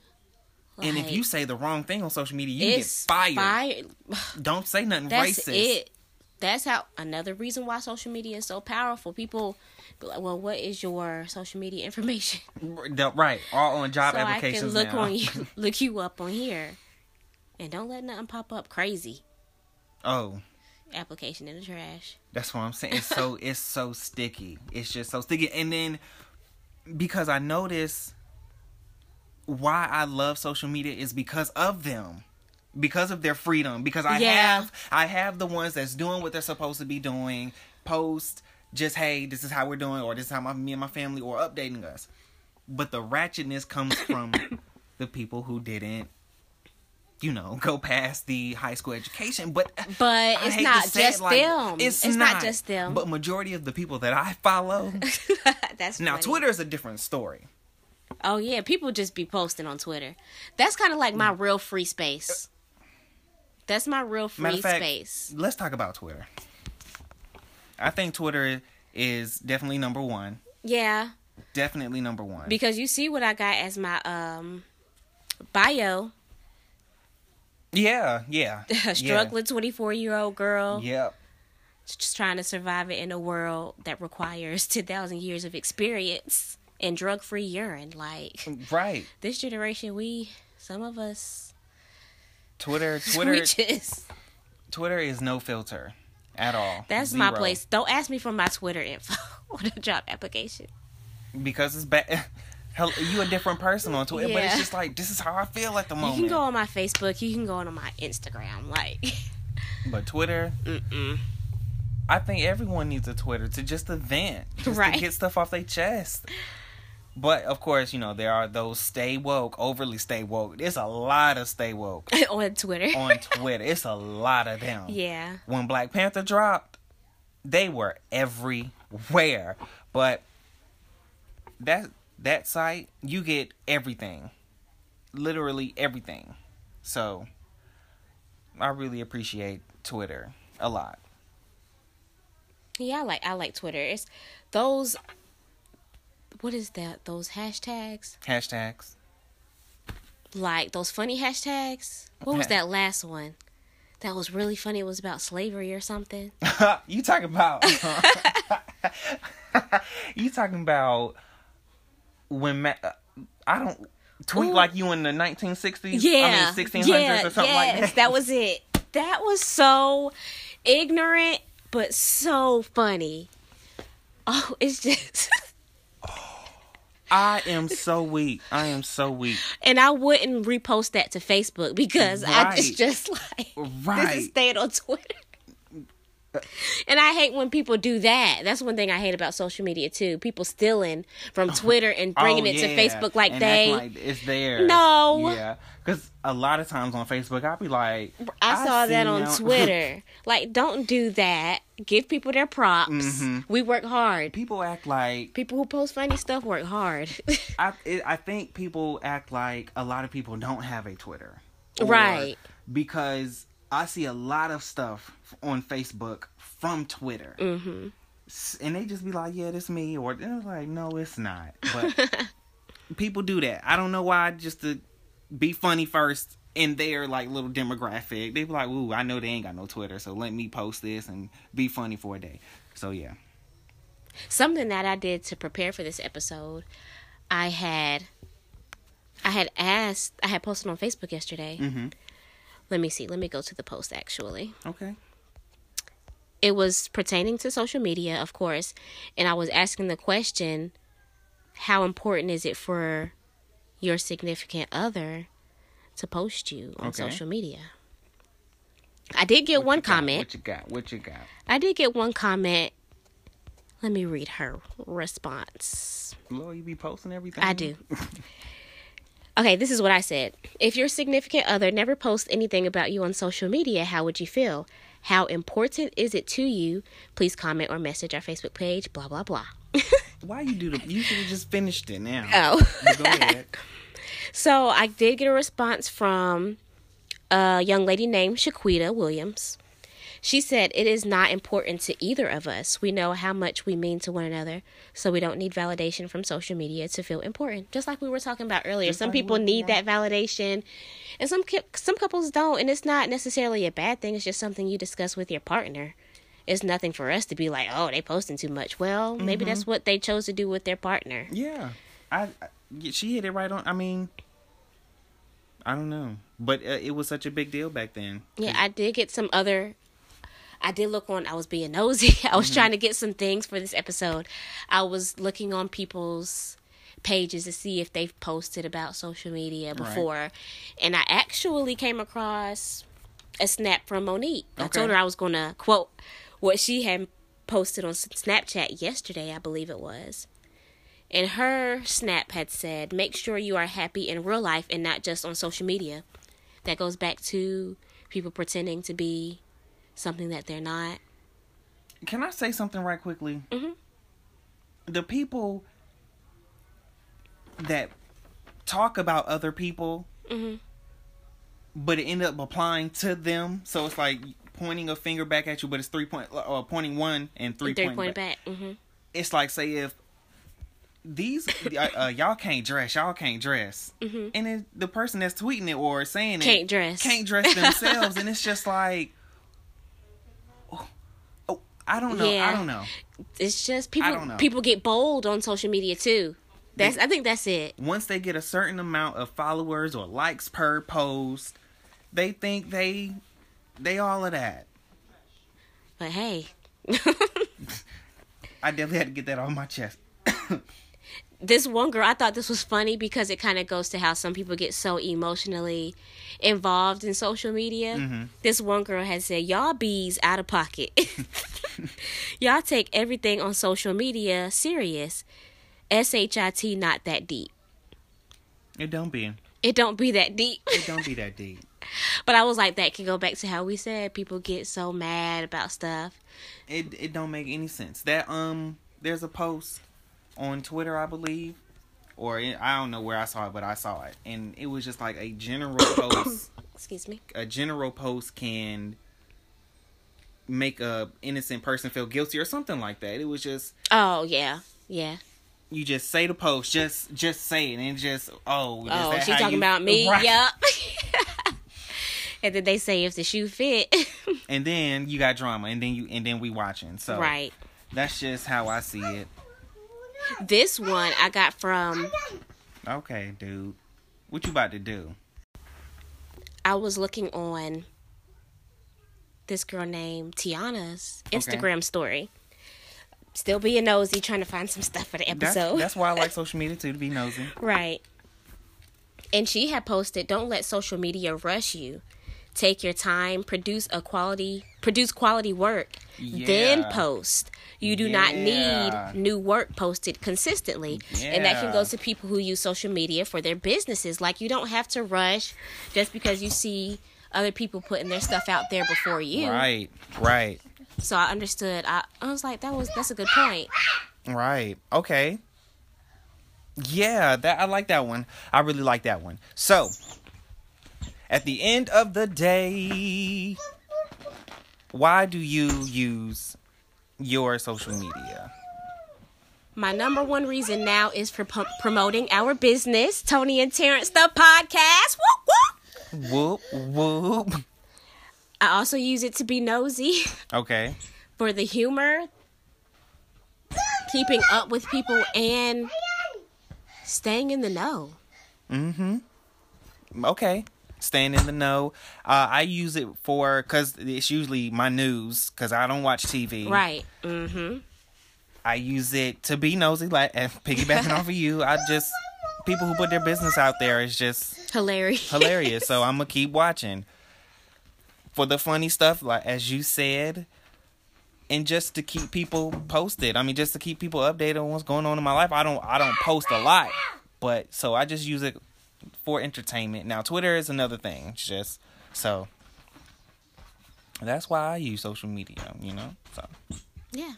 B: and if
A: like,
B: you say the wrong thing on social media, you get
A: it's
B: fired.
A: fire- <sighs>
B: Don't say nothing
A: That's
B: racist.
A: it. That's how another reason why social media is so powerful. People be like, "Well, what is your social media information?"
B: R- Right, all on job
A: <laughs> so I can
B: applications
A: look
B: now.
A: on you,
B: <laughs>
A: look you up on here, and don't let nothing pop up crazy.
B: Oh,
A: Application in the trash.
B: That's what I'm saying. It's so it's so sticky. It's just so sticky. And then because I notice why I love social media is because of them. Because of their freedom. Because I
A: Yeah.
B: have I have the ones that's doing what they're supposed to be doing. Post just hey, this is how we're doing, or this is how my, me and my family or updating us. But the ratchetness comes from the people who didn't, you know, go past the high school education. But
A: But
B: I
A: it's
B: hate
A: not
B: to say it
A: just
B: like-
A: them.
B: It's,
A: It's
B: not,
A: not just them.
B: But majority of the people that I follow
A: <laughs> That's
B: now,
A: funny.
B: Twitter is a different story.
A: Oh yeah, people just be posting on Twitter. That's kind of like my real free space. That's my real free
B: Matter of fact,
A: space.
B: let's talk about Twitter. I think Twitter is definitely number one.
A: Yeah,
B: Definitely number one.
A: because you see what I got as my um bio. <laughs>
B: yeah, yeah.
A: a <laughs> struggling 24 year old girl
B: Yeah. Yep.
A: just trying to survive it in a world that requires <laughs> 10,000 years of experience and drug free urine. Like,
B: Right.
A: this generation, we Some of us <laughs>
B: Twitter,
A: we
B: Twitter,
A: just
B: Twitter is no filter at all.
A: that's my
B: Zero.
A: place. Don't ask me for my Twitter info <laughs> on the job application.
B: because it's bad. <laughs> Hell, you a different person on Twitter, but it's
A: Yeah.
B: just like this is how I feel at the
A: You
B: moment.
A: can go on my Facebook. You can go on my Instagram. Like, <laughs>
B: But Twitter,
A: mm-mm.
B: I think everyone needs a Twitter to just to vent, just to
A: Right.
B: get stuff off their chest. But of course, you know there are those stay woke, overly stay woke. There's a lot of stay woke
A: on Twitter. <laughs>
B: on Twitter. It's a lot of them.
A: yeah.
B: when Black Panther dropped, they were everywhere. But that that site, you get everything. Literally everything. So I really appreciate Twitter a lot.
A: Yeah, I like I like Twitter. It's those what is that? Those hashtags?
B: Hashtags.
A: Like those funny hashtags? What was
B: Okay.
A: that last one? That was really funny. It was about slavery or
B: <laughs>
A: something.
B: Uh, you talking about <laughs> You talking about when ma- uh, I don't tweet
A: Ooh.
B: like you in the 1960s
A: Yeah.
B: I mean 1600s
A: yeah,
B: or something
A: yes,
B: like that.
A: that was it. That was so ignorant but so funny. Oh, it's just <laughs>
B: I am so weak. I am so weak.
A: and I wouldn't repost that to Facebook because I
B: Right.
A: just just like this is
B: Right.
A: staying on Twitter. And I hate when people do that. That's one thing I hate about social media too. People stealing from Twitter and bringing
B: Oh,
A: it
B: yeah.
A: to Facebook like
B: And
A: they.
B: acting like it's there.
A: No.
B: Yeah, because a lot of times on Facebook, I'll be like,
A: I saw that
B: seen <laughs>
A: on Twitter. like, don't do that. Give people their props.
B: Mm-hmm.
A: We work hard.
B: people act like
A: People who post funny stuff work hard. <laughs>
B: I. It, I think people act like a lot of people don't have a Twitter, Or-
A: Right.
B: Because I see a lot of stuff on Facebook from Twitter, mm-hmm. and they just be like, "Yeah, this me," or they're like, "No,
A: <laughs>
B: it's not." But people do that. I don't know why. Just to be funny first in their like little demographic. They be like, "Ooh, I know they ain't got no Twitter, so let me post this and be funny for a day." So yeah,
A: Something that I did to prepare for this episode, I had, I had asked, I had posted on Facebook yesterday.
B: Mm-hmm.
A: Let me see. Let me go to the post actually.
B: okay,
A: it was pertaining to social media, of course, and I was asking the question, how important is it for your significant other to post you on
B: Okay.
A: social media? I did get one comment.
B: What you got? What you got?
A: I did get one comment. Let me read her response.
B: Lord, you be posting everything.
A: I do. Okay, this is what I said. If your significant other never posts anything about you on social media, how would you feel? How important is it to you? Please comment or message our Facebook page, blah, blah, <laughs> blah.
B: Why you do the? You should have just finished it now.
A: Oh. <laughs>
B: Go ahead.
A: So I did get a response from a young lady named Shaquita Williams. She said, It is not important to either of us. We know how much we mean to one another, so we don't need validation from social media to feel important. Just like we were talking about earlier, some
B: like we
A: people
B: were-
A: need
B: yeah.
A: that validation, and some cou- some couples don't. And it's not necessarily a bad thing. It's just something you discuss with your partner. It's nothing for us to be like, oh, they posting too much. Well, maybe
B: Mm-hmm.
A: that's what they chose to do with their partner.
B: Yeah, I, I- she hit it right on. I mean, I don't know, but uh, it was such a big deal back then.
A: Yeah, I did get some other. I did look on. I was being nosy. <laughs> I was trying to get some things for this episode. I was looking on people's pages to see if they've posted about social media before, and I actually came across a snap from Monique. I
B: Okay.
A: told her I was going to quote what she had posted on S- Snapchat yesterday, I believe it was. And her snap had said, "Make sure you are happy in real life and not just on social media." that goes back to people pretending to be something that they're not.
B: Can I say something right quickly? Mm-hmm. The people that talk about other people, but it end up applying to them. So it's like pointing a finger back at you, but it's three point or pointing one and three,
A: Three
B: point,
A: point
B: back.
A: back. hmm
B: it's like say if these uh, uh, y'all can't dress, y'all can't dress, and then the person that's tweeting it or saying
A: Mm-hmm.
B: it
A: Can't dress. <laughs>
B: can't dress themselves, and it's just like, oh, oh, I don't know,
A: Yeah.
B: I don't know,
A: It's just people.
B: don't know.
A: People get bold on social media too. That's I think that's it.
B: once they get a certain amount of followers or likes per post, they think they they all of that.
A: But hey,
B: I definitely had to get that off my chest.
A: this one girl, I thought this was funny because it kind of goes to how some people get so emotionally involved in social media.
B: Mm-hmm.
A: This one girl had said, "Y'all bees out of pocket.
B: <laughs>
A: Y'all take everything on social media serious. SHIT not that deep.
B: It don't be.
A: It don't be that deep."
B: It don't be that deep.
A: But I was like, that can go back to how we said people get so mad about stuff.
B: It it don't make any sense. That um there's a post on Twitter, I believe, or it, I don't know where I saw it, but I saw it. And it was just like
A: <coughs>
B: a general post
A: Excuse me.
B: a general post can make a innocent person feel guilty or something like that. It was just
A: Oh yeah, yeah.
B: you just say the post, just just say it, and just oh. is
A: Oh,
B: that
A: she
B: how
A: talking
B: you-
A: about me.
B: <laughs> Right.
A: Yup. <laughs> and then they say if the shoe fit. <laughs>
B: And then you got drama, and then you and then we watching. So
A: right.
B: that's just how I see it.
A: This one I got from.
B: Okay, dude, what you about to do?
A: I was looking on this girl named Tiana's Instagram story. Still being nosy, trying to find some stuff for the
B: That's
A: episode.
B: that's why I like social media too to be nosy.
A: Right. And she had posted, "Don't let social media rush you. Take your time, produce a quality, produce quality work, then
B: Yeah.
A: post. You do not
B: Yeah.
A: need new work posted consistently. And that can
B: Yeah.
A: go to people who use social media for their businesses. Like you don't have to rush just because you see other people putting their stuff out there before you.
B: Right, right,
A: So I understood. I, I was like, that was that's a good point.
B: right. Okay. Yeah, that I like that one. I really like that one. So, at the end of the day, why do you use your social media?
A: My number one reason now is for p- promoting our business, Tony and Terrence the podcast. Whoop, whoop.
B: Whoop whoop.
A: I also use it to be nosy <laughs>
B: Okay.
A: for the humor, keeping up with people, and staying in the know.
B: Okay. Staying in the know. Uh, I use it for because it's usually my news because I don't watch TV.
A: Right. Mm-hmm.
B: I use it to be nosy, like and piggybacking off of you. I just people who put their business out there is just
A: Hilarious.
B: hilarious. so I'm gonna keep watching for the funny stuff, like as you said, and just to keep people posted. I mean, just to keep people updated on what's going on in my life. I don't I don't post a lot, but so I just use it for entertainment. Now Twitter is another thing. It's just so that's why I use social media. You know, so.
A: Yeah.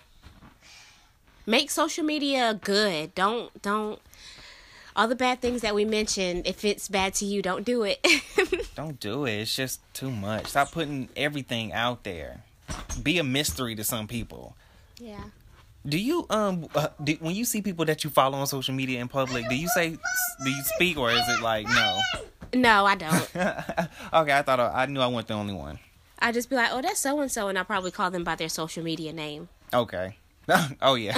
A: Make social media good. Don't don't all the bad things that we mentioned. If it's bad to you, don't do it. <laughs>
B: Don't do it. It's just too much. Stop putting everything out there. Be a mystery to some people.
A: yeah.
B: Do you um uh, do, when you see people that you follow on social media in public, do you say do you speak or is it like no?
A: No, I don't.
B: Okay, I thought I, I knew I wasn't the only one.
A: I just be like, oh, that's so and so, and I'll probably call them by their social media name.
B: Okay. <laughs> oh yeah,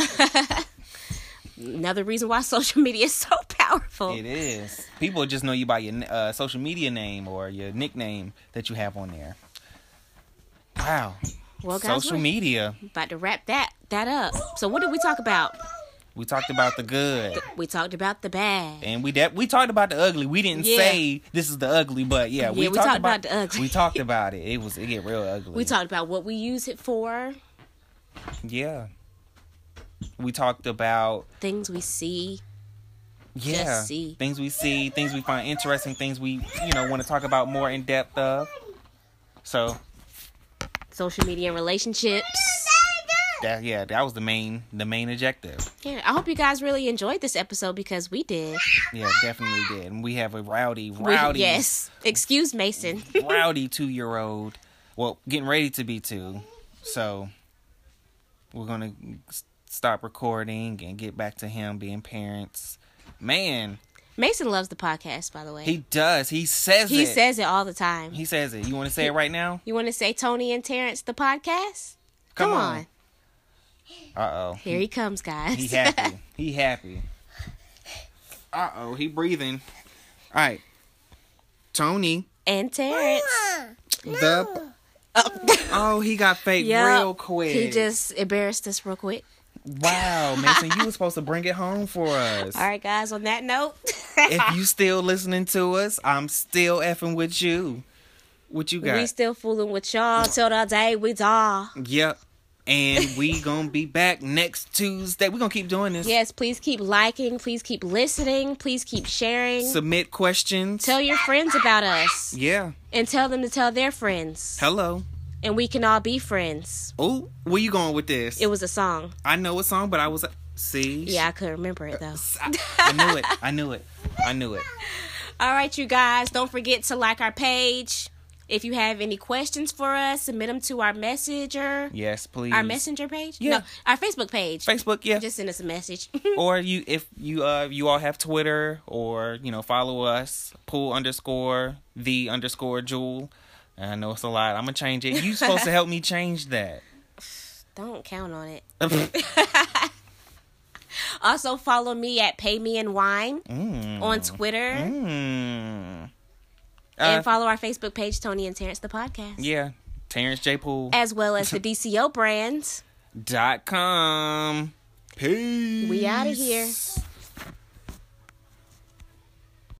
A: Another reason why <laughs> social media is so powerful.
B: it is. People just know you by your uh, social media name or your nickname that you have on there. Wow.
A: Well, guys,
B: social
A: we're
B: media.
A: about to wrap that that up. So, what did we talk about?
B: We talked about the good.
A: We talked about the bad.
B: and we de- we talked about the ugly. We didn't
A: Yeah.
B: say this is the ugly, but yeah,
A: Yeah, we talked about the ugly. <laughs>
B: We talked about it. It was it get real ugly.
A: We talked about what we use it for,
B: Yeah. We talked about
A: things we see.
B: yeah
A: see.
B: things we see, things we find interesting, things we you know want to talk about more in depth of. So
A: Social media and relationships.
B: that yeah, that was the main the main objective.
A: Yeah, I hope you guys really enjoyed this episode because we did.
B: Yeah, definitely did. And we have a rowdy,
A: We-
B: rowdy,
A: yes. Excuse Mason.
B: rowdy two year old. Well, getting ready to be two. So we're gonna s- stop recording and get back to him being parents. Man,
A: Mason loves the podcast, by the way.
B: he does. He says
A: He
B: it.
A: says it all the time.
B: he says it. You want to say it right now?
A: You want to say Tony and Terrence the podcast?
B: Come on. Uh oh.
A: Here he comes, guys.
B: He happy. he happy. Uh oh, he breathing. All right, Tony.
A: <laughs> And Terrence.
B: The oh, he got fake
A: Yup.
B: real quick.
A: He just embarrassed us real quick.
B: wow, Mason, you were supposed to bring it
A: <laughs>
B: home for us.
A: All right, guys, on that note,
B: If you still listening to us, I'm still effing with you. What you got?
A: we still fooling with y'all till the day we die.
B: Yep. And we gonna be back next Tuesday. We're gonna keep doing this.
A: Yes, please keep liking. Please keep listening. Please keep sharing.
B: Submit questions.
A: tell your friends about us
B: yeah.
A: and tell them to tell their friends.
B: Hello.
A: And we can all be friends.
B: Oh, where you going with this?
A: It was a song.
B: I know a song, but I was see.
A: Yeah, I couldn't remember it though.
B: I, I knew it. I knew it. I knew it.
A: All right, you guys, don't forget to like our page. If you have any questions for us, submit them to our messenger,
B: Yes, please.
A: our messenger page.
B: Yeah.
A: No, our Facebook page.
B: Facebook, yeah.
A: Just send us a message. <laughs>
B: or you, if you, uh, you all have Twitter, or you know, follow us. Pool underscore the underscore Jewel. I know it's a lot. I'm gonna change it. You supposed to help me
A: <laughs>
B: change that. Hmm.
A: don't count on it. Also, follow me at Pay Me and Wine
B: Mm.
A: on Twitter,
B: Hmm. Uh,
A: and follow our Facebook page, Tony and Terrence the Podcast,
B: yeah. Terrence J. Pool.
A: as well
B: <laughs>
A: as the DCO brand.
B: dot com. Peace.
A: We outta here.